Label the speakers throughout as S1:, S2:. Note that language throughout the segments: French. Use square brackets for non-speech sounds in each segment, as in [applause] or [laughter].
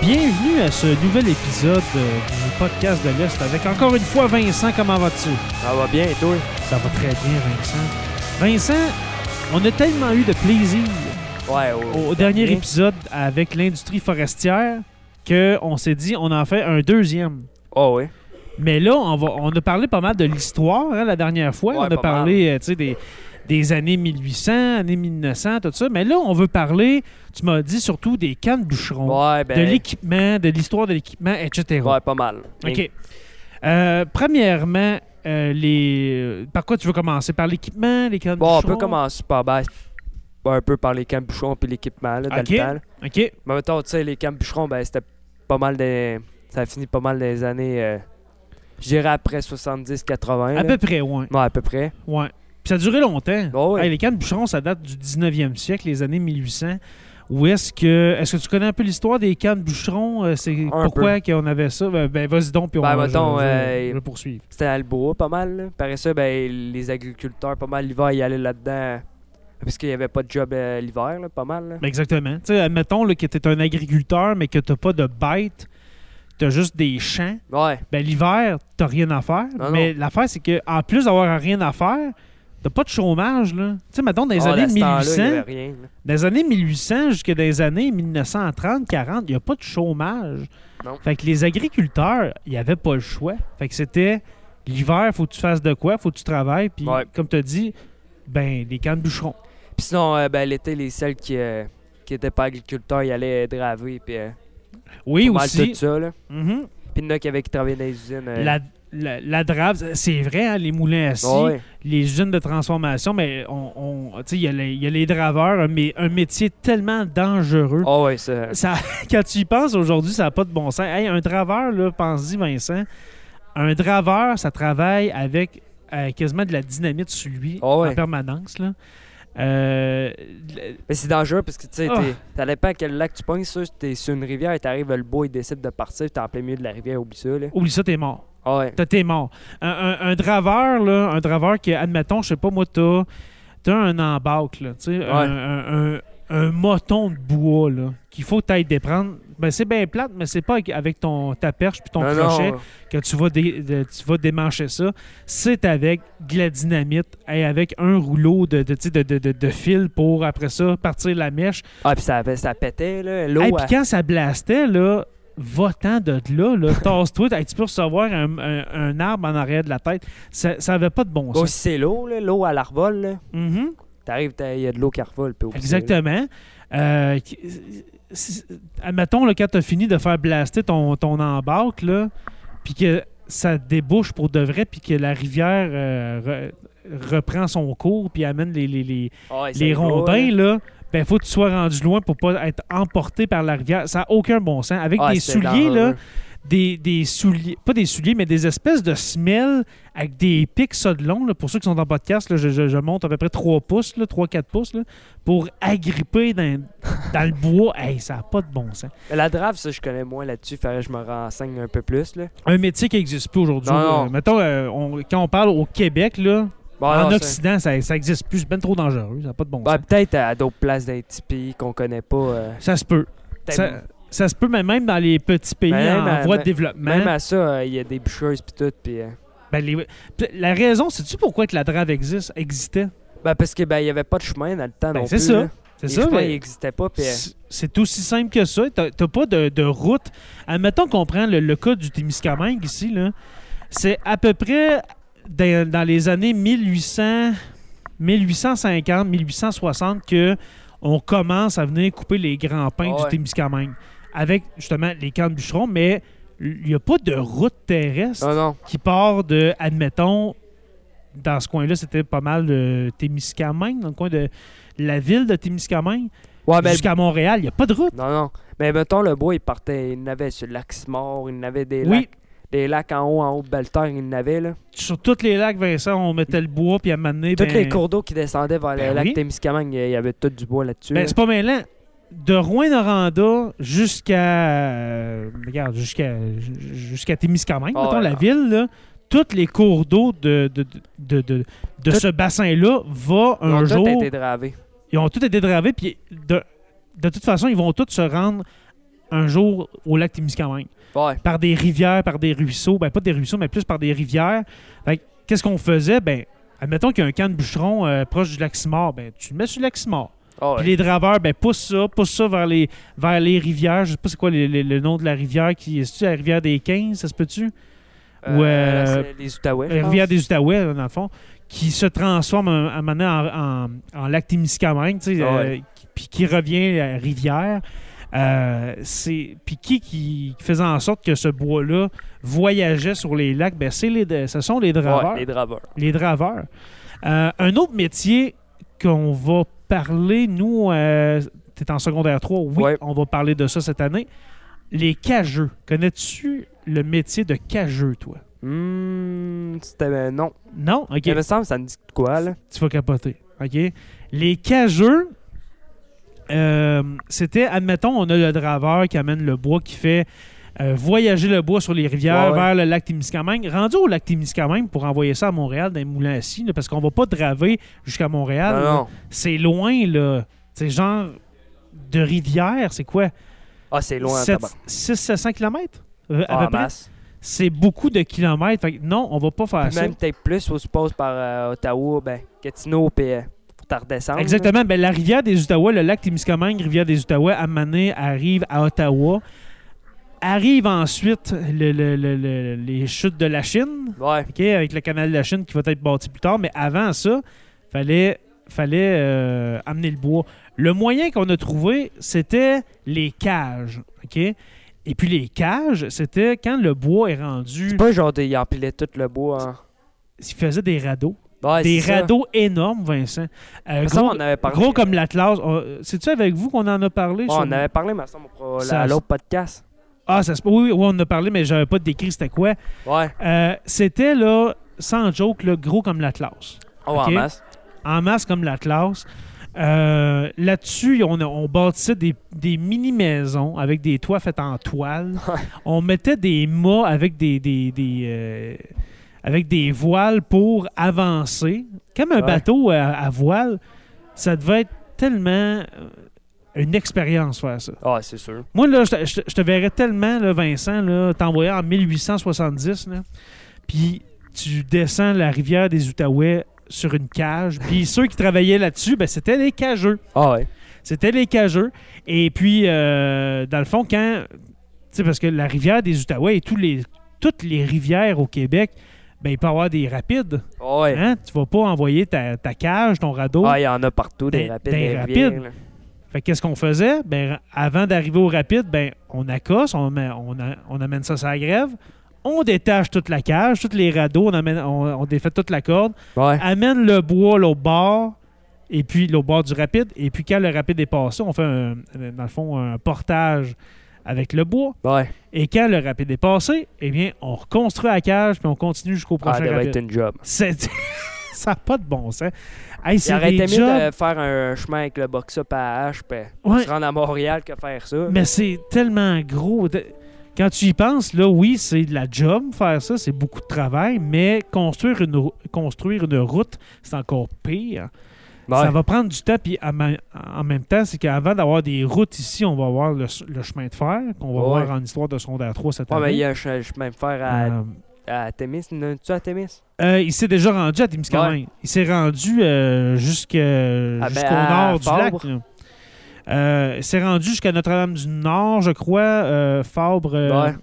S1: Bienvenue à ce nouvel épisode euh, du podcast de l'Est avec encore une fois Vincent. Comment vas-tu?
S2: Ça va bien, et toi?
S1: Ça va très bien, Vincent. Vincent, on a tellement eu de plaisir
S2: Ouais,
S1: au dernier épisode avec l'industrie forestière qu'on s'est dit on en fait un deuxième.
S2: Oh, oui.
S1: Mais là, on, va, on a parlé pas mal de l'histoire hein, la dernière fois.
S2: Ouais,
S1: on a
S2: pas
S1: parlé euh, tu sais, des, des années 1800, années 1900, tout ça. Mais là, on veut parler, tu m'as dit surtout des cannes boucherons.
S2: Ouais, ben.
S1: de l'équipement, de l'histoire de l'équipement, etc.
S2: Ouais, pas mal.
S1: OK. Euh, premièrement, euh, les... par quoi tu veux commencer? Par l'équipement, les cannes
S2: Bon, on
S1: boucherons?
S2: peut commencer par ben, ben, un peu par les camps-bouchons puis l'équipement, là, dans
S1: Ok.
S2: le temps. là.
S1: OK.
S2: Mais mettons, tu sais, les camps-bouchons, ben, c'était pas mal des. Ça a fini pas mal des années. euh, Je dirais après 70-80.
S1: À
S2: là.
S1: peu près, ouais.
S2: Ouais, à peu
S1: [laughs]
S2: près.
S1: ouais. Puis ça a duré longtemps.
S2: Ouais, ouais.
S1: Hey, les cannes boucherons, ça date du 19e siècle, les années 1800. Où est-ce que... Est-ce que tu connais un peu l'histoire des cannes boucherons? Euh, C'est
S2: Un
S1: pourquoi qu'on avait ça? Ben, ben, vas-y donc, puis on
S2: Ben,
S1: va
S2: mettons,
S1: je- je-
S2: euh,
S1: je vais poursuivre.
S2: C'était dans le bois, pas mal. là. Par ça, ben, les agriculteurs, pas mal, l'hiver, ils allaient là-dedans. Parce qu'il n'y avait pas de job euh, l'hiver, là, pas mal. là.
S1: Ben, Exactement. Tu sais, admettons là, que tu es un agriculteur, mais que tu pas de bêtes, tu as juste des champs.
S2: Ouais,
S1: Ben, l'hiver, t'as rien à faire.
S2: Non,
S1: mais l'affaire, c'est que en plus d'avoir rien à faire, t'as pas de chômage, là. Tu sais, mettons, dans les
S2: Ah,
S1: années
S2: dans ce
S1: 1800,
S2: temps-là, il y avait rien, là.
S1: dans les années 1800 jusque dans les années 1930-40, il n'y a pas de chômage.
S2: Non.
S1: Fait que les agriculteurs, il n'y avait pas le choix. Fait que c'était l'hiver, faut que tu fasses de quoi, faut que tu travailles. Puis,
S2: Ouais.
S1: comme t'as dit, ben, les cannes bûcherons.
S2: Puis sinon, euh, ben, l'été, les seuls qui euh, qui étaient pas agriculteurs, ils allaient euh, draver. Puis euh,
S1: Oui,
S2: pas mal
S1: aussi.
S2: tout ça. Là.
S1: Mhm.
S2: Puis il y en a qui avaient qui travaillaient dans les usines. euh,
S1: La, la, la drave, c'est vrai, hein, les moulins à scie.
S2: Ah ouais.
S1: les usines de transformation, mais on, on- tu sais, il y, a les- il y a les draveurs, un, mé- un métier tellement dangereux.
S2: Ah ouais, ça.
S1: Ça, [laughs] quand tu y penses aujourd'hui, ça n'a pas de bon sens. Hey, un draveur, là, pense-y, Vincent, un draveur, ça travaille avec euh, quasiment de la dynamite sur lui
S2: Ah ouais.
S1: en permanence. Là. Euh, le-
S2: Mais c'est dangereux parce que tu sais,
S1: Ah.
S2: t'es- ça dépend à quel lac tu pognes. Ça, si t'es sur une rivière et t'arrives, le bois, il décide de partir, t'es en plein milieu de la rivière, oublie ça. Là.
S1: oublie ça, t'es mort.
S2: Ah ouais.
S1: T'as t'es mort. Un, un- un draveur, là, un draveur qui, admettons, je sais pas, moi, t'as, t'as un embâcle, là, tu sais, un, un- un- un moton de bois, là, qu'il faut que t'ailles déprendre. Ben, c'est bien plate, mais c'est pas avec- avec ton, ta perche puis ton
S2: Non, non,
S1: crochet
S2: euh,
S1: que tu vas, dé- de- tu vas démancher ça. C'est avec de la dynamite et avec un rouleau de, de, tu sais, de, de- de- de fil pour, après ça, partir la mèche.
S2: Ah, puis ça, ça pétait, là.
S1: Et
S2: L'eau.
S1: puis
S2: elle-
S1: quand ça blastait, là, va-t'en de là,
S2: [laughs]
S1: là tasse-toi, hey, tu peux recevoir un, un- un arbre en arrière de la tête. Ça, ça avait pas de bon
S2: Bon,
S1: sens.
S2: si c'est l'eau, là, l'eau, elle revole, là.
S1: Mhm,
S2: T'arrives, t'as- il y a de l'eau qui revole. puis oublie ça, là.
S1: Exactement. Euh, qui- c'est- admettons, là, quand t'as fini de faire blaster ton, ton embarque, là, puis que ça débouche pour de vrai, puis que la rivière euh, re- reprend son cours, puis amène les- les- les,
S2: Ah ouais,
S1: les
S2: c'est gros,
S1: rondins,
S2: là.
S1: là, ben faut que tu sois rendu loin pour pas être emporté par la rivière. Ça n'a aucun bon sens. Avec
S2: Ah,
S1: des
S2: c'est
S1: souliers, là,
S2: dangereux.
S1: des, des souliers, pas des souliers, mais des espèces de semelles avec des pics ça de long. là. Pour ceux qui sont en podcast, là, je, je- je monte à peu près 3 pouces, là, 3-4 pouces, là, pour agripper dans, dans le bois. Hey, ça n'a pas de bon sens.
S2: La drave, ça, je connais moins là-dessus. Faudrait que je me renseigne un peu plus, là.
S1: Un métier qui n'existe plus aujourd'hui.
S2: Non, non.
S1: Euh, mettons, euh, on- quand on parle au Québec, là,
S2: Bon,
S1: en
S2: Ah, non, ça-
S1: Occident, ça n'existe plus. C'est bien trop dangereux. Ça n'a pas de bon
S2: Ben,
S1: sens.
S2: peut-être à d'autres places d'un petit pays qu'on connaît pas. euh,
S1: Ça se peut.
S2: peut-être
S1: Ça,
S2: m-
S1: ça se peut, mais même dans les petits pays
S2: Ben,
S1: en
S2: même à-
S1: voie de
S2: même-
S1: développement.
S2: Même à ça, euh, il y a des bûcheuses pis tout. Pis, euh,
S1: ben, les- Puis La raison, c'est-tu pourquoi que la drave existe, existait?
S2: Ben, parce que ben, il y avait pas de chemin dans le temps
S1: Ben,
S2: non
S1: c'est
S2: plus.
S1: ça.
S2: là.
S1: C'est
S2: les
S1: ça,
S2: chemins,
S1: mais
S2: ils existaient pas. Pis, euh,
S1: c'est- c'est aussi simple que ça. T'as t'as pas de, de route. Admettons qu'on prend le, le cas du Témiscamingue ici. là. C'est à peu près dans, dans les années 1800, 1850, 1860 que on commence à venir couper les grands pins
S2: Ah
S1: du
S2: ouais.
S1: Témiscamingue avec justement les camps de bûcherons, mais il n'y a pas de route terrestre.
S2: non, non.
S1: qui part de, admettons, dans ce coin-là, c'était pas mal de Témiscamingue, dans le coin de la ville de Témiscamingue,
S2: Ouais, ben,
S1: jusqu'à Montréal. Il n'y a pas de route.
S2: non, non. Mais mettons, le bois, il partait. Il n'avait sur le lac Simard, il n'avait des
S1: Oui,
S2: lacs. Des lacs en haut, en haut de Belterre, il n'avait là.
S1: sur tous les lacs, Vincent, on mettait le bois, puis à un moment donné,
S2: Tous
S1: ben-
S2: les cours d'eau qui descendaient vers
S1: Ben
S2: le lac
S1: oui.
S2: Témiscamingue, il y avait tout du bois là-dessus.
S1: ben,
S2: là.
S1: c'est pas mêlant. De Rouen-Noranda jusqu'à. euh, regarde, jusqu'à jusqu'à Témiscamingue,
S2: Ah
S1: mettons,
S2: ouais,
S1: la
S2: ah.
S1: ville, là, tous les cours d'eau de, de, de, de, de
S2: Tout-
S1: ce bassin-là va
S2: Ils ont
S1: un
S2: tous
S1: jour.
S2: été dravés.
S1: Ils ont tous été dravés, puis de, de toute façon, ils vont tous se rendre un jour au lac Témiscamingue.
S2: Ouais.
S1: Par des rivières, par des ruisseaux. Ben, pas des ruisseaux, mais plus par des rivières. Fait que, qu'est-ce qu'on faisait? Ben, admettons qu'il y a un camp de bûcheron euh, proche du lac Simard. Ben, tu le mets sur le lac Simard.
S2: Ah ouais.
S1: Puis les draveurs, ben, poussent ça, poussent ça vers les, vers les rivières. Je sais pas c'est quoi les- les- le nom de la rivière. qui Est-ce la rivière des 15, ça se peut-tu?
S2: Euh,
S1: ouais.
S2: c'est les Outaouais. je
S1: La rivière
S2: pense.
S1: Euh, des Outaouais, là, dans le fond, qui se transforme à un moment donné en, en, en lac Témiscamingue, tu sais,
S2: Ah ouais.
S1: euh, qui- puis qui revient à la rivière. Euh, c'est puis qui, qui faisait en sorte que ce bois-là voyageait sur les lacs, ben c'est les, ce sont les draveurs.
S2: Ouais, les draveurs.
S1: les... draveurs. Euh, un autre métier qu'on va parler, nous, euh, t'es en secondaire 3, oui,
S2: Ouais.
S1: on va parler de ça cette année. Les cageux. Connais-tu le métier de cageux, toi?
S2: Hmm, c'était euh, non.
S1: Non? OK.
S2: Il me semble ça me dit de quoi là.
S1: tu vas capoter. OK? Les cageux, euh, c'était, admettons, on a le draveur qui amène le bois, qui fait euh, voyager le bois sur les rivières
S2: Ouais, ouais.
S1: vers le lac Témiscamingue. Rendu au lac Témiscamingue pour envoyer ça à Montréal, dans les moulins à scie, là, parce qu'on va pas draver jusqu'à Montréal.
S2: non,
S1: là.
S2: non.
S1: C'est loin, là. C'est genre de rivière, c'est quoi?
S2: Ah, c'est loin.
S1: Sept-
S2: tabarnak.
S1: 600-700 km?
S2: Ah,
S1: À peu près.
S2: masse.
S1: C'est beaucoup de kilomètres. Fait que non, on va pas faire
S2: Puis
S1: ça.
S2: même peut-être plus, on se passe par euh, Ottawa, ben, Gatineau, puis euh, faut t'en redescendre.
S1: Exactement. Ben, la rivière des Outaouais, le lac Témiscamingue, rivière des Outaouais, à Mané, arrive à Ottawa. Arrive ensuite le- le- le- le- les chutes de la Chine,
S2: là. Ouais.
S1: ok, avec le canal de la Chine qui va être bâti plus tard. Mais avant ça, fallait fallait euh, amener le bois. Le moyen qu'on a trouvé, c'était les cages. ok. Et puis les cages, c'était quand le bois est rendu,
S2: C'est pas genre de- ils empilaient tout le bois.
S1: il faisait des radeaux.
S2: en- Ouais,
S1: des
S2: c'est ça.
S1: radeaux énormes, Vincent. Euh,
S2: Ça,
S1: gros-
S2: on avait parlé.
S1: Gros comme l'Atlas. On- C'est-tu avec vous qu'on en a parlé?
S2: Ouais,
S1: sur-
S2: on avait parlé, mais ça, on pourra-
S1: Ça-
S2: euh, à l'autre podcast.
S1: Ah, ça se... oui, oui, oui, on en a parlé, mais j'avais pas décrit c'était quoi.
S2: Ouais.
S1: Euh, c'était, là, sans joke, là, gros comme l'Atlas.
S2: Oh,
S1: Ok.
S2: en masse.
S1: En masse comme l'Atlas. Euh, Là-dessus, on, a- on bâtissait des, des mini-maisons avec des toits faits en toile.
S2: [laughs] Ouais.
S1: On mettait des mâts avec des... des, des, euh, avec des voiles pour avancer. Comme un
S2: Ouais.
S1: bateau à, à voile, ça devait être tellement euh, une expérience faire ça.
S2: Ah, c'est sûr.
S1: Moi, là, je te- je te- je te verrais tellement, là, Vincent, là, t'envoyer en 1870, là, puis tu descends la rivière des Outaouais sur une cage.
S2: [laughs]
S1: Puis ceux qui travaillaient là-dessus, ben, c'était les cageux.
S2: Ah, ouais.
S1: C'était les cageux. Et puis, euh, dans le fond, quand... Tu sais, parce que la rivière des Outaouais et tous les, toutes les rivières au Québec, ben, il peut y avoir des rapides.
S2: Ah, ouais.
S1: Hein? Tu vas pas envoyer ta, ta cage, ton radeau.
S2: Ah, il y en a partout, des
S1: Des-
S2: rapides.
S1: des
S2: Des, rivières,
S1: rapides.
S2: là.
S1: Fait que qu'est-ce qu'on faisait? Ben, ra- avant d'arriver au rapide, ben, on accosse, on, met- on, a- on amène ça sur la grève, on détache toute la cage, tous les radeaux, on, amène, on, on défait toute la corde,
S2: Ouais.
S1: amène le bois là, au bord, et puis là, au bord du rapide, et puis quand le rapide est passé, on fait, un- dans le fond, un portage avec le bois.
S2: Ouais.
S1: Et quand le rapide est passé, eh bien, on reconstruit la cage, puis on continue jusqu'au
S2: Ah, ça
S1: prochain
S2: devait
S1: rapide.
S2: être une job.
S1: C'est- [laughs] ça n'a pas de bon sens. Hey,
S2: Il
S1: c'est
S2: aurait
S1: des
S2: été mieux
S1: jobs-
S2: de faire un chemin avec le box-up à hache, puis
S1: Ouais.
S2: se rendre à Montréal que faire ça.
S1: Mais c'est tellement gros. De- Quand tu y penses, là, oui, c'est de la job faire ça, c'est beaucoup de travail, mais construire une, rou- construire une route, c'est encore pire.
S2: Ouais.
S1: Ça va prendre du temps, puis en, ma- en même temps, c'est qu'avant d'avoir des routes ici, on va avoir le, s- le chemin de fer, qu'on va
S2: Ouais.
S1: voir en histoire de secondaire 3 cette
S2: Ouais, mais il
S1: année.
S2: y a un ch- un chemin de fer à,
S1: Euh,
S2: à Témis. Tu à Témis?
S1: euh, il s'est déjà rendu à Témiscamingue. Il s'est rendu euh, jusque-
S2: ben,
S1: jusqu'au
S2: à
S1: nord du
S2: Fabre.
S1: lac. là. Euh, il s'est rendu jusqu'à Notre-Dame du Nord, je crois, euh, Fabre, euh,
S2: Ouais.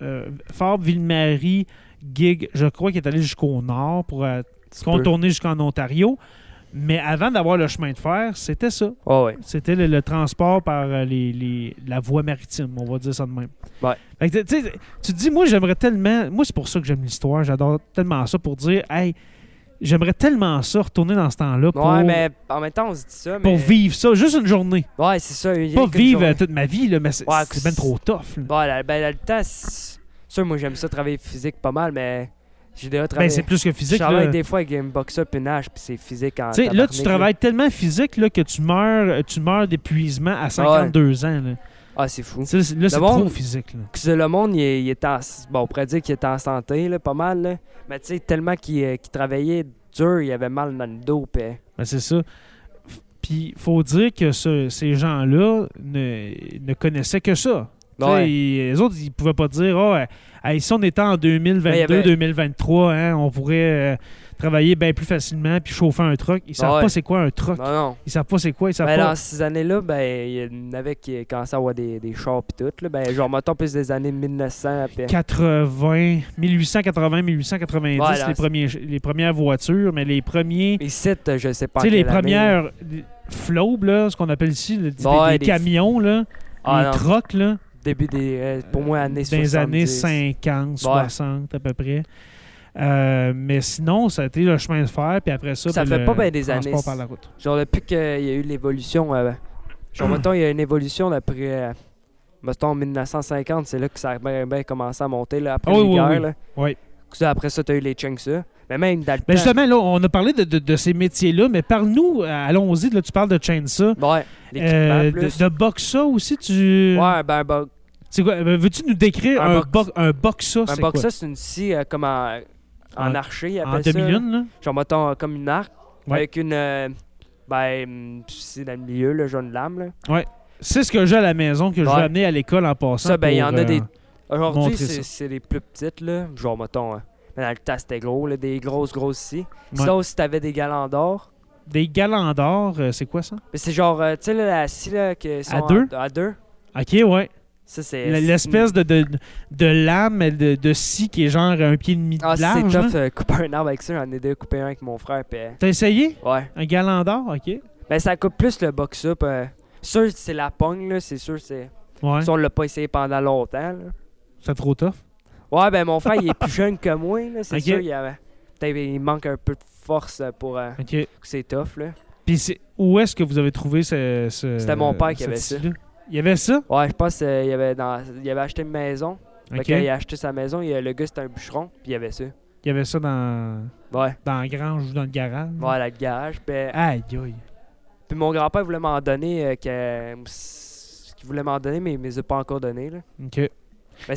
S1: euh, Fabre, Ville-Marie, Gig, je crois qu'il est allé jusqu'au nord pour euh,
S2: Tu peux.
S1: contourner jusqu'en Ontario. Mais avant d'avoir le chemin de fer, c'était ça.
S2: Ah, ouais.
S1: C'était le, le transport par euh, les, les- la voie maritime, on va dire ça de même.
S2: Ouais.
S1: Fait que, tu sais, tu te dis, moi, j'aimerais tellement. Moi, c'est pour ça que j'aime l'histoire. J'adore tellement ça pour dire, hey, j'aimerais tellement ça retourner dans ce temps-là pour,
S2: Ouais, mais en même temps, on se dit ça, mais...
S1: pour vivre ça, juste une journée.
S2: Ouais, c'est ça. il y a
S1: Pas
S2: qu'une
S1: vivre euh,
S2: journée.
S1: toute ma vie, là, mais c'est
S2: Ouais,
S1: c'est bien trop tough. là.
S2: Ouais, la- ben, la- le temps, c'est- sûr, moi, j'aime ça, travailler physique pas mal, mais j'ai déjà
S1: Ben,
S2: travaillé...
S1: c'est plus que
S2: je
S1: physique.
S2: travaille
S1: là.
S2: des fois avec une box-up, une hache, puis c'est physique en
S1: Tu sais, là, tu
S2: tabarnak,
S1: travailles tellement physique là, que tu meurs, euh, tu meurs d'épuisement à 52 ans. Là,
S2: Ah, c'est fou.
S1: Tu sais, c'est- là, c'est
S2: monde-
S1: trop physique. là.
S2: Que le monde, il, est- il est en... Bon, on pourrait dire qu'il est en santé, là, pas mal, là. Mais tu sais, tellement qu'il euh, qu'il travaillait dur, il avait mal dans le dos, puis... euh,
S1: Ben, c'est ça. F- Puis, faut dire que ce- ces gens-là ne, ne connaissaient que ça. Tu sais, ils- les autres, ils pouvaient pas dire oh, euh, hey, si on était en
S2: Mais il Ben, y
S1: 2022,
S2: avait-
S1: 2023, hein, on pourrait euh, travailler bien plus facilement puis chauffer un truck. Ils savent
S2: Ouais.
S1: pas c'est quoi un truck.
S2: Non, non.
S1: Ils savent pas c'est quoi. Ils savent
S2: Ben,
S1: pas.
S2: dans ces années-là, ben, il y en avait qui commençaient à avoir des, des chars pis tout. Là. Ben, genre, mettons plus des années 1900. Pis...
S1: 80, 1880, 1890,
S2: Ouais, là,
S1: les, premiers, les premières voitures, mais les premiers.
S2: Mais ici, t- je sais pas.
S1: Tu sais,
S2: en
S1: les
S2: quelle année.
S1: premières les flows, là, ce qu'on appelle ici, le- des,
S2: Ouais,
S1: des
S2: des-
S1: camions, là,
S2: Ah,
S1: les
S2: non.
S1: trucks, là,
S2: Début des. euh, pour moi, années
S1: dans les
S2: 70.
S1: années 50, 60 à peu près. Euh, mais sinon, ça a été le chemin de fer, puis après ça,
S2: Ça
S1: ben,
S2: fait
S1: le
S2: pas ben des
S1: transport
S2: années.
S1: par la route.
S2: Genre, depuis qu'il y a eu l'évolution. euh, genre, mettons, il y a une évolution d'après. euh, mettons, 1950, c'est là que ça a ben, ben commencé à monter. Là, après
S1: Ah oui,
S2: les
S1: oui,
S2: guerres.
S1: oui.
S2: Là.
S1: Oui.
S2: Ça, Après ça, t'as eu les Chunks. là. Mais même dans le
S1: Ben
S2: temps-
S1: justement, là, on a parlé de, de- de ces métiers-là, mais parle-nous, euh, allons-y, là, tu parles de chainsaw.
S2: Ouais, l'équipement
S1: Euh, de,
S2: plus.
S1: de boxa aussi, tu.
S2: Ouais, ben, ben,
S1: C'est quoi? ben, Veux-tu nous décrire
S2: Un
S1: un,
S2: box-
S1: bo- un boxa?
S2: un
S1: c'est
S2: boxa,
S1: quoi?
S2: ben, c'est une scie euh, comme en, en
S1: En-
S2: archer, ils
S1: En
S2: appellent ça. là.
S1: demi-lune, là?
S2: Genre, mettons, euh, comme une arc,
S1: Ouais.
S2: avec une. euh, ben, hum, c'est dans le milieu, le jaune lame, là.
S1: C'est ce que j'ai à la maison, que je
S2: Ouais.
S1: vais amener à l'école en passant.
S2: Ça, ben, il y
S1: pour,
S2: en a
S1: euh,
S2: des- Aujourd'hui,
S1: Montrer
S2: c'est
S1: ça.
S2: c'est les plus petites, là. Genre, mettons, euh, dans le temps, c'était gros, là, des grosses, grosses scies. Sinon, si t'avais des galants d'or,
S1: Des galants d'or, euh, c'est quoi ça?
S2: mais c'est genre, euh, tu sais, là, la scie, là, qui sont
S1: À deux?
S2: en- à deux.
S1: Ok, ouais.
S2: Ça, c'est.
S1: L- L'espèce de, de, de lame, de, de scie qui est genre un pied et demi de
S2: Ah, c'est
S1: large. hein?
S2: tough, euh, couper un arbre avec ça. J'en ai déjà coupé un avec mon frère, pis. euh,
S1: T'as essayé?
S2: Ouais.
S1: Un galant d'or, ok.
S2: Ben, ça coupe plus le box-up. euh. Sûr, c'est la pogne, là, c'est sûr, c'est.
S1: Ouais.
S2: Si on l'a pas essayé pendant longtemps, là.
S1: C'est trop tough.
S2: Ouais, ben mon frère, il est plus [laughs] jeune que moi, là, c'est
S1: Ok.
S2: sûr. Il, avait- peut-être il manque un peu de force euh, pour... euh,
S1: Ok.
S2: c'est tough, là.
S1: Puis c'est- où est-ce que vous avez trouvé ce. ce-
S2: C'était mon père qui
S1: cette
S2: avait ça.
S1: scie-là? Il y avait ça?
S2: Ouais, je pense euh, il, avait dans, il avait acheté une maison. Fait
S1: Ok.
S2: que, il a acheté sa maison, il, le gars, c'était un bûcheron, puis il y avait ça.
S1: Il y avait ça dans,
S2: Ouais,
S1: dans la grange ou dans le garage.
S2: ouais, là, le garage. Puis, euh,
S1: Aïe, aïe.
S2: puis mon grand-père voulait m'en donner, euh, que, ce qu'il voulait m'en donner, mais il ne les a pas encore donné, là.
S1: OK.
S2: Ben,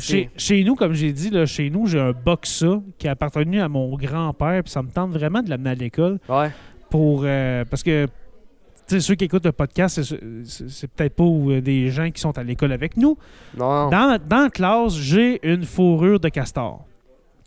S1: Chez,
S2: c'est...
S1: chez nous, comme j'ai dit, là, chez nous, j'ai un boxa qui a appartenu à mon grand-père, puis ça me tente vraiment de l'amener à l'école
S2: Ouais,
S1: pour. euh, parce que. Tu sais, ceux qui écoutent le podcast, c'est su- c'est c'est peut-être pas euh, des gens qui sont à l'école avec nous.
S2: non,
S1: Dans, dans la classe, j'ai une fourrure de castor.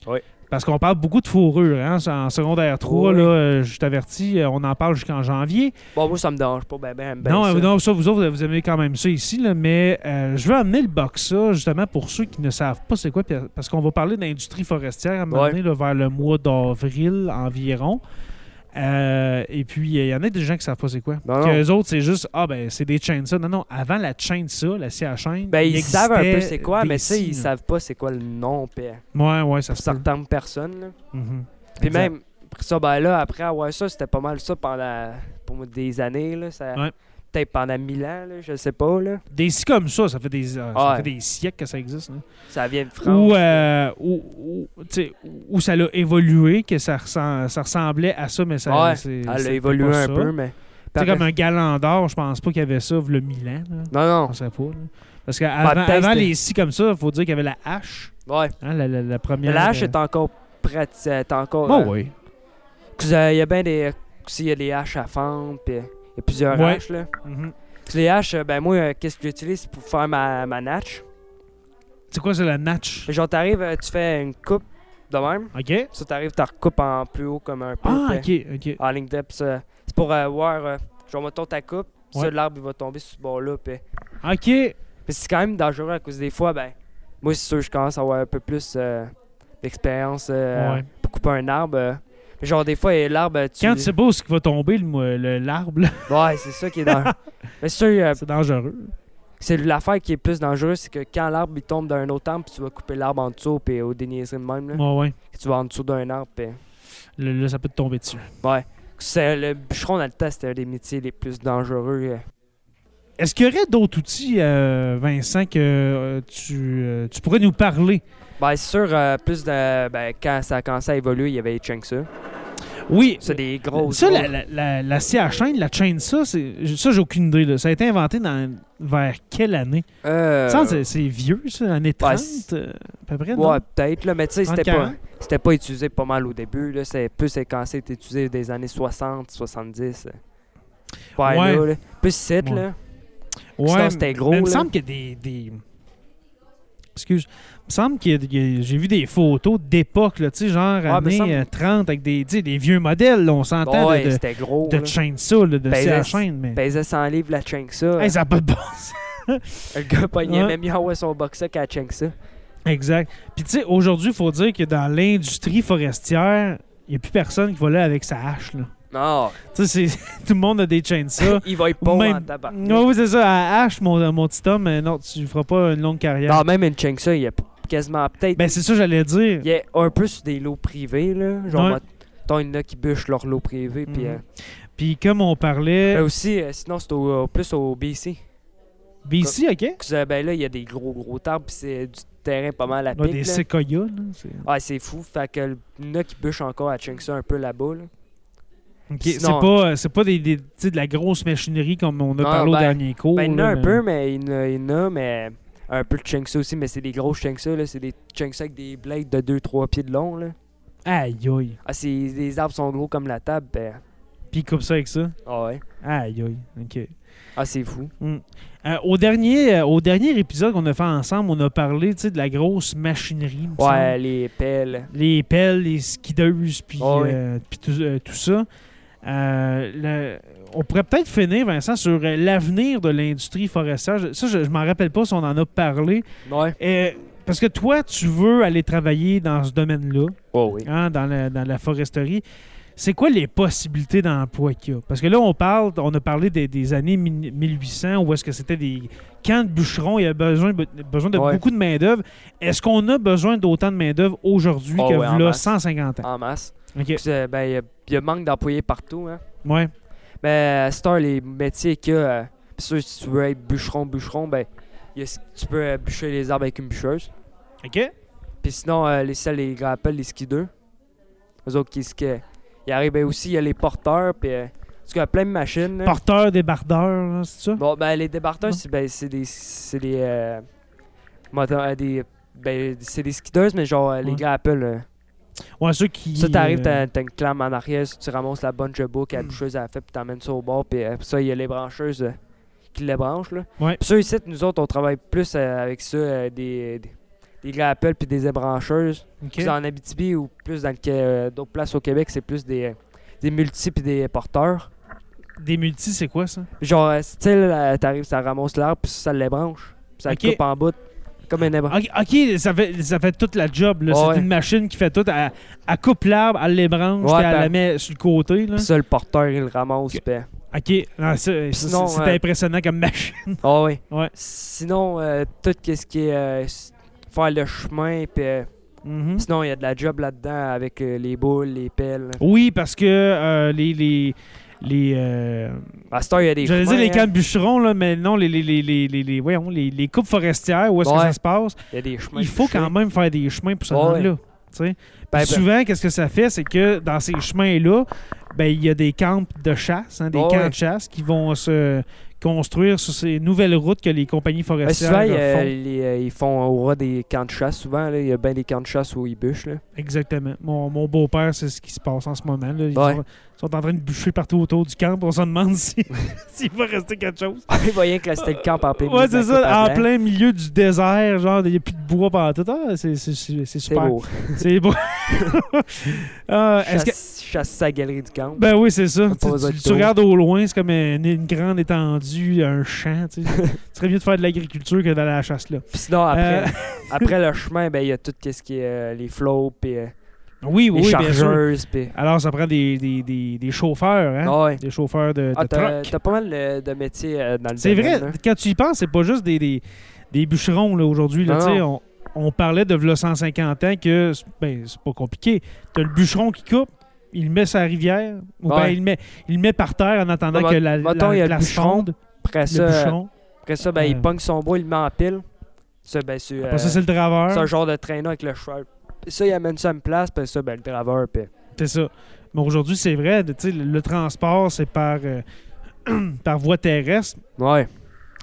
S2: Oui.
S1: Parce qu'on parle beaucoup de fourrure. Hein? En secondaire 3,
S2: Oui.
S1: là, euh, je t'avertis, euh, on en parle jusqu'en janvier.
S2: Bon, moi, ça me dérange pas, ben, ben, ben,
S1: non,
S2: ça.
S1: euh, non, ça, vous autres, vous aimez quand même ça ici, là, mais euh, je veux amener le boxa, justement, pour ceux qui ne savent pas c'est quoi, puis, euh, parce qu'on va parler d'industrie forestière à un moment
S2: Ouais.
S1: donné, là, vers le mois d'avril environ. Euh, et puis, il y en a des gens qui savent pas c'est quoi.
S2: Non,
S1: que
S2: non.
S1: eux autres, c'est juste, ah, ben, c'est des chainsaws. Non, non, avant la chainsaw, la scie à chaîne.
S2: Ben,
S1: il
S2: ils savent un peu
S1: existait
S2: c'est quoi,
S1: des
S2: mais tu sais, ils
S1: scies, là.
S2: savent pas c'est quoi le nom, puis euh,
S1: Ouais, ouais, ça se
S2: ça
S1: peut.
S2: retombe personne, là.
S1: Mhm.
S2: Puis
S1: Exact.
S2: même, après ça, ben là, après avoir ça, c'était pas mal ça pendant pour moi, des années, là. Ça,
S1: Ouais.
S2: Peut-être pendant mille ans, là, je sais pas, là.
S1: Des scies comme ça, ça fait des, euh, ça
S2: Ah, Ouais.
S1: fait des siècles que ça existe. là.
S2: Ça vient de France.
S1: Ou, euh, ou- ou, tu sais, où ça l'a évolué, que ça, ressem- ça ressemblait à ça, mais ça
S2: Ouais,
S1: c'est-
S2: Elle
S1: c'était
S2: a évolué
S1: pas
S2: un
S1: ça.
S2: peu, mais.
S1: Tu sais, comme
S2: Pareil-
S1: un galant d'or, je pense pas qu'il y avait ça, le Milan. Là.
S2: Non,
S1: On sait pas. là. Parce qu'avant
S2: peut-être
S1: avant
S2: c'était-
S1: les scies comme ça, il faut dire qu'il y avait la hache,
S2: non. Ouais.
S1: hein, la, la- la
S2: Mais
S1: première.
S2: la hache
S1: euh,
S2: est encore prête. C'est encore.
S1: Oh,
S2: euh,
S1: oui.
S2: parce que, euh, Il y a bien des. S'il y a des haches à fendre, puis il y a plusieurs
S1: Ouais.
S2: haches, là.
S1: Mhm.
S2: Puis les haches, euh, ben moi, euh, qu'est-ce que j'utilise pour faire ma, ma natch?
S1: C'est quoi, c'est la natch?
S2: Genre, t'arrives, euh, tu fais une coupe de même.
S1: OK?
S2: Ça, t'arrives, t'en recoupes en plus haut comme un peu.
S1: Ah,
S2: puis-
S1: OK, OK.
S2: en ligne droite, pis ça- C'est pour avoir, genre, mettons ta coupe, pis ça,
S1: Ouais.
S2: l'arbre, il va tomber sur ce bord-là. Pis...
S1: OK.
S2: pis c'est quand même dangereux à cause des fois, ben, moi, c'est sûr, je commence à avoir un peu plus euh, d'expérience euh,
S1: Ouais.
S2: pour couper un arbre. euh. Mais genre, des fois, euh, l'arbre, tu.
S1: Quand tu sais pas où ce qui va tomber, le- le- l'arbre, là,
S2: [laughs] Ouais, c'est ça qui
S1: [laughs]
S2: est dangereux. Mais c'est sûr, euh,
S1: c'est dangereux.
S2: c'est l'affaire qui est plus dangereuse, c'est que quand l'arbre, il tombe d'un autre arbre, pis tu vas couper l'arbre en dessous, pis au déniaiser de même, là,
S1: Ouais, ouais.
S2: que tu vas en dessous d'un arbre, pis.
S1: Là, là, ça peut te tomber dessus.
S2: Ouais. C'est, le bûcheron dans le temps, c'était un des métiers les plus dangereux. euh.
S1: Est-ce qu'il y aurait d'autres outils, euh, Vincent, que euh, tu, euh, tu pourrais nous parler?
S2: Ben, c'est sûr, euh, plus de. Ben, quand ça a commencé à évoluer, il y avait les Chunks.
S1: Oui.
S2: C'est des grosses.
S1: Ça, la,
S2: grosses-
S1: la, la, la scie à chaîne, la chaîne, ça, c'est- ça, j'ai aucune idée. là. Ça a été inventé dans, vers quelle année?
S2: Euh,
S1: Ça, c'est- c'est vieux, ça, années 30,
S2: c'est-
S1: euh, à peu près, non?
S2: Ouais, peut-être, là, mais tu sais, c'était
S1: 30,
S2: pas,
S1: 40?
S2: c'était pas utilisé pas mal au début. Là, c'est plus c'est quand c'était utilisé des années 60, 70. euh. Ouais,
S1: Ouais.
S2: là, là. Plus 7,
S1: Ouais.
S2: là.
S1: Ouais,
S2: sinon, c'était gros,
S1: mais il me
S2: là.
S1: semble qu'il y a des, des, excuse. Il me semble que j'ai vu des photos d'époque, là, tu sais, genre
S2: Ah, me
S1: années
S2: semble-
S1: euh, 30 avec des, tu sais, des vieux modèles, là, on s'entend,
S2: Ouais,
S1: là,
S2: c'était gros.
S1: de,
S2: là.
S1: de chainsaw, là, de
S2: Ben,
S1: CH
S2: là,
S1: chaîne, mais...
S2: Pesait 100 livres la chunk ça.
S1: Hey, ça a pas de bon sens.
S2: Le gars pognait
S1: Ouais.
S2: même mieux ouais, son box qu'à chunk ça.
S1: Exact. Puis tu sais, aujourd'hui, il faut dire que dans l'industrie forestière, il n'y a plus personne qui va là avec sa hache, là.
S2: Non,
S1: Tu sais, c'est- [laughs] tout le monde a des chainsaws.
S2: il va être bon
S1: Même- Oh,
S2: en tabac.
S1: Non, oui, c'est ça, à hache, mon, euh, mon petit homme, mais non, tu feras pas une longue carrière.
S2: Non, même une chunk ça, il y a p- quasiment peut-être.
S1: Ben, c'est ça que j'allais dire.
S2: il y a un peu sur des lots privés, là.
S1: Ouais.
S2: Genre, t'as une là qui bûche leur lot privé. Puis
S1: Mhm.
S2: euh,
S1: Puis comme on parlait.
S2: ben aussi, euh, sinon, c'est au- euh, plus au BC.
S1: BC, OK?
S2: Parce que, Ben là, il y a des gros, gros arbres, puis c'est du terrain pas mal à
S1: On a
S2: pic.
S1: des
S2: là.
S1: séquoias, là. c'est-
S2: Ouais, c'est fou. Fait que le- il y en a qui bûchent encore à chunk ça un peu là-bas, là.
S1: Ok,
S2: Sinon-
S1: C'est pas, euh, c'est pas des, des- tu sais, de la grosse machinerie comme on a
S2: Non,
S1: parlé au
S2: ben-
S1: dernier cours.
S2: Ben, il y en a
S1: Oh, là,
S2: un
S1: mais-
S2: peu, mais il y en a, il y en a, mais un peu de Chengsa aussi, mais c'est des gros Chengsa, là. C'est des Chengsa avec des blades de 2-3 pieds de long, là.
S1: Aïe, aïe.
S2: Ah, c'est- les arbres sont gros comme la table, ben.
S1: Puis coupe ça avec ça.
S2: Ah ouais.
S1: Aïe, aïe. OK.
S2: Ah, c'est fou.
S1: Euh, au, dernier, euh, au dernier épisode qu'on a fait ensemble, on a parlé tu sais, de la grosse machinerie. me
S2: Ouais, les pelles.
S1: semble. Les pelles, les skideuses, puis
S2: Ah ouais.
S1: euh, puis tout, euh, tout ça. Euh, le- on pourrait peut-être finir, Vincent, sur euh, l'avenir de l'industrie forestière. Je- Ça, je, je m'en rappelle pas si on en a parlé.
S2: Ouais.
S1: Euh, parce que toi, tu veux aller travailler dans ce domaine-là,
S2: Oh oui.
S1: hein, dans, la, dans la foresterie. C'est quoi les possibilités d'emploi qu'il y a? Parce que là, on parle, on a parlé des, des années 1000 1800 où est-ce que c'était des camps de bûcherons, il y a besoin, be- besoin de
S2: Ouais.
S1: beaucoup de main-d'œuvre. Est-ce qu'on a besoin d'autant de main-d'œuvre aujourd'hui
S2: Oh
S1: que
S2: ouais, en
S1: là
S2: masse.
S1: 150 ans?
S2: En masse.
S1: OK.
S2: Puis, euh, ben, il y a- il y, a manque d'employés partout, hein.
S1: Ouais.
S2: Ben, à cette heure, les métiers qu'il y a, euh, pis sûr, si tu veux être bûcheron, bûcheron, ben, il y a ce- tu peux euh, bûcher les arbres avec une bûcheuse.
S1: OK?
S2: Puis sinon, euh, les salles, les rappels, les skideux. Eux autres qui skiaient. Il arrive ben, aussi, il y a les porteurs, puis euh, en tout cas, plein de machines. là.
S1: Porteur, débardeur, là, hein, c'est ça?
S2: Bon, ben, les débarteurs,
S1: Bon.
S2: c'est ben, c'est des. C'est des. euh, moto- euh, des ben, c'est des skideuses, mais genre euh, les
S1: Ouais.
S2: grappels. là.
S1: Ouais, ceux qui.
S2: Ça, t'arrives,
S1: euh, Hmm.
S2: t'as t'as une clame en arrière, si tu ramasses la bonne jebook que la boucheuse a fait, puis t'emmènes ça au bord, puis euh, ça, il y a les brancheuses euh, qui les branchent, là.
S1: Ouais.
S2: Puis ça, ici, nous autres, on travaille plus euh, avec ça, euh, des, des, des grappels puis des ébrancheuses.
S1: euh, OK.
S2: Plus en Abitibi ou plus dans le Qué- euh, d'autres places au Québec, c'est plus des, euh, des multis puis des porteurs.
S1: Des multis, c'est quoi ça?
S2: Genre, euh, style, euh, t'arrives, ça ramasse l'arbre puis ça l'ébranche. Puis ça le
S1: Ok. Ah,
S2: coupe en bout. Comme un ébranche.
S1: OK, ok, ça, fait, ça fait toute la job. là.
S2: Ouais,
S1: c'est
S2: ouais.
S1: une machine qui fait tout. Elle, elle coupe l'arbre, elle l'ébranche,
S2: Ouais,
S1: puis elle
S2: t'as-
S1: la met sur le côté. Là.
S2: Puis ça, le porteur, il le ramasse.
S1: Ok.
S2: puis, euh,
S1: OK, non, ça- ça,
S2: sinon,
S1: c'est
S2: euh,
S1: impressionnant comme machine.
S2: Ah oui.
S1: Ouais.
S2: Sinon, euh, tout ce qui est euh, s- faire le chemin, puis euh,
S1: Mhm.
S2: sinon, il y a de la job là-dedans avec euh, les boules, les pelles.
S1: Oui, parce que euh, les... les les euh,
S2: À cette heure, il y a des
S1: j'allais
S2: chemins,
S1: dire les
S2: hein.
S1: cannes bûcherons là mais non les les les les les, les- voyons, les- les coupes forestières où est-ce que
S2: Ouais.
S1: ça se passe
S2: hein. Il y a des chemins.
S1: il faut
S2: bouchés.
S1: quand même faire des chemins pour se
S2: Ouais.
S1: rendre là tu sais
S2: Ben,
S1: Puis
S2: ben,
S1: souvent, qu'est-ce que ça fait, c'est que dans ces chemins-là, ben, il y a des camps de chasse, hein, des
S2: Ouais,
S1: camps
S2: ouais.
S1: de chasse qui vont se construire sur ces nouvelles routes que les compagnies
S2: ben,
S1: forestières
S2: souvent, il y
S1: euh,
S2: a
S1: font.
S2: les, euh, ils font au ras des camps de chasse. Souvent, là, il y a bien des camps de chasse où ils bûchent. Là. [laughs]
S1: Exactement. Mon, mon beau-père, c'est ce qui se passe en ce moment. là. Ils
S2: Ouais.
S1: sont, sont en train de bûcher partout autour du camp. On se demande [laughs] si- s'il va rester quelque chose.
S2: ils voyaient que là, Ah, c'était le camp en plein
S1: ouais,
S2: milieu de la hein.
S1: c'est
S2: coupe
S1: ça. En
S2: blanc.
S1: plein milieu du désert, genre, il n'y a plus de bois partout. Ah, c'est c'est- c'est- c'est
S2: C'est
S1: super.
S2: beau.
S1: C'est
S2: [laughs]
S1: beau. Ah, Est-ce
S2: Chasse,
S1: que
S2: chasse sa galerie du camp.
S1: Ben oui, c'est ça.
S2: Faut
S1: Tu,
S2: pas
S1: tu-
S2: être
S1: tu
S2: tôt.
S1: regardes au loin, c'est comme une, une grande étendue, un champ. Tu
S2: [laughs]
S1: sais. Ce serait mieux de faire de l'agriculture que d'aller à la chasse là.
S2: Puis sinon, après,
S1: Euh,
S2: après le chemin, ben, il y a tout ce qui est euh, les flots, puis euh,
S1: oui, oui,
S2: les
S1: oui, bien sûr.
S2: chargeuses. Puis...
S1: Alors, ça prend des, des, des, des chauffeurs, hein?
S2: Ah ouais.
S1: Des chauffeurs de, de
S2: Ah, t'as,
S1: truck.
S2: t'as pas mal euh, de métiers euh, dans le
S1: C'est vrai,
S2: domaine, là.
S1: quand tu y penses, c'est pas juste des, des, des bûcherons là, aujourd'hui. là,
S2: Non,
S1: tu sais,
S2: non.
S1: on, on parlait de v'là 150 ans que c'est- ben, c'est pas compliqué. T'as le bûcheron qui coupe, il le met sur la rivière, ou ben,
S2: Ouais.
S1: il, le met, il le met par terre en attendant
S2: Non,
S1: que
S2: mais-
S1: la,
S2: mettons,
S1: la
S2: il y a le
S1: glace
S2: bûcheron,
S1: fonde.
S2: Après
S1: Le
S2: ça, euh,
S1: bûcheron.
S2: après ça ben,
S1: Euh.
S2: il pogne son bois, il le met en pile. Ça, ben, c'est,
S1: Après ça,
S2: euh,
S1: c'est le draveur.
S2: c'est un genre de traîneau avec le cheval. Puis ça, il amène ça à une place, puis ça, ben, le draveur. Puis...
S1: C'est ça. Mais aujourd'hui, c'est vrai, tu sais, le, le transport, c'est par, euh, [clears throat] par voie terrestre.
S2: Ouais.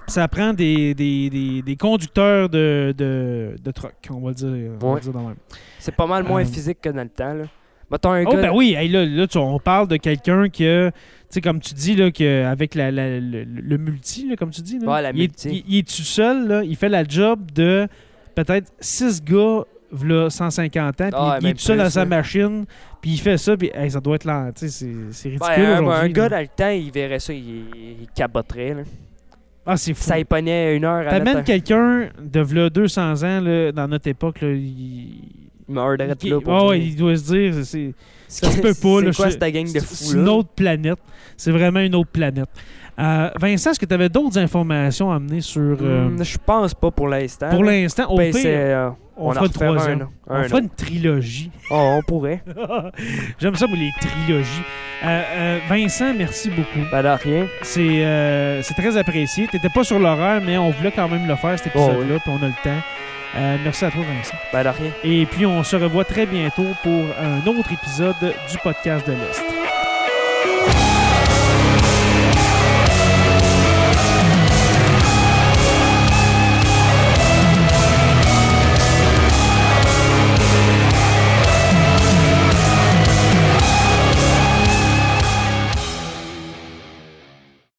S1: Ça prend des, des, des- des conducteurs de, de, de truck, on va le dire, on va
S2: Ouais.
S1: le dire de même.
S2: C'est pas mal moins
S1: Euh.
S2: physique que dans le temps. Là. Mettons un
S1: Oh,
S2: gars.
S1: ben oui, hey, là, là, tu- on parle de quelqu'un qui a, tu sais, comme tu dis, là, que avec la, la- le, le multi, là, comme tu dis, là,
S2: Ouais, la
S1: il, est,
S2: multi.
S1: il- il est tout seul, là, il fait la job de peut-être 6 gars, v'là 150 ans, puis
S2: Ah, ouais,
S1: il est
S2: même
S1: tout seul
S2: plus,
S1: dans sa
S2: là.
S1: machine, puis il fait ça, puis hey, ça doit être lent. tu sais, C'est c'est ridicule
S2: Ben, un- un,
S1: aujourd'hui. là.
S2: gars dans le temps, il verrait ça, il, il caboterait. là.
S1: Ah, c'est fou.
S2: Ça y pognait une heure à
S1: T'amènes
S2: mettre
S1: quelqu'un de v'là 200 ans, là, dans notre époque, là, il...
S2: un murder
S1: il-
S2: là.
S1: ah ouais, il doit se dire, c'est- c'est ça
S2: [laughs]
S1: se peut pas, là,
S2: C'est quoi
S1: je-
S2: cette gang de
S1: c'est-
S2: fous
S1: c'est une
S2: là?
S1: autre planète. C'est vraiment une autre planète. Euh, Vincent, est-ce que tu avais d'autres informations à amener sur... euh,
S2: Hmm, Je pense pas pour l'instant.
S1: pour
S2: là.
S1: l'instant, au
S2: Ben,
S1: pire,
S2: c'est, euh,
S1: on,
S2: en
S1: fera une
S2: refera un,
S1: troisième.
S2: là.
S1: on
S2: Un,
S1: fera
S2: là.
S1: une trilogie. [laughs]
S2: Oh, on pourrait.
S1: J'aime ça, mais les trilogies. Euh, euh, Vincent, merci beaucoup.
S2: Ben, de rien.
S1: C'est euh, c'est très apprécié. T'étais pas sur l'horaire, mais on voulait quand même le faire, cet
S2: Oh, oui.
S1: épisode-là, puis on a le temps. Euh, merci à toi, Vincent.
S2: Ben, de rien.
S1: Et puis, on se revoit très bientôt pour un autre épisode du podcast de l'Est.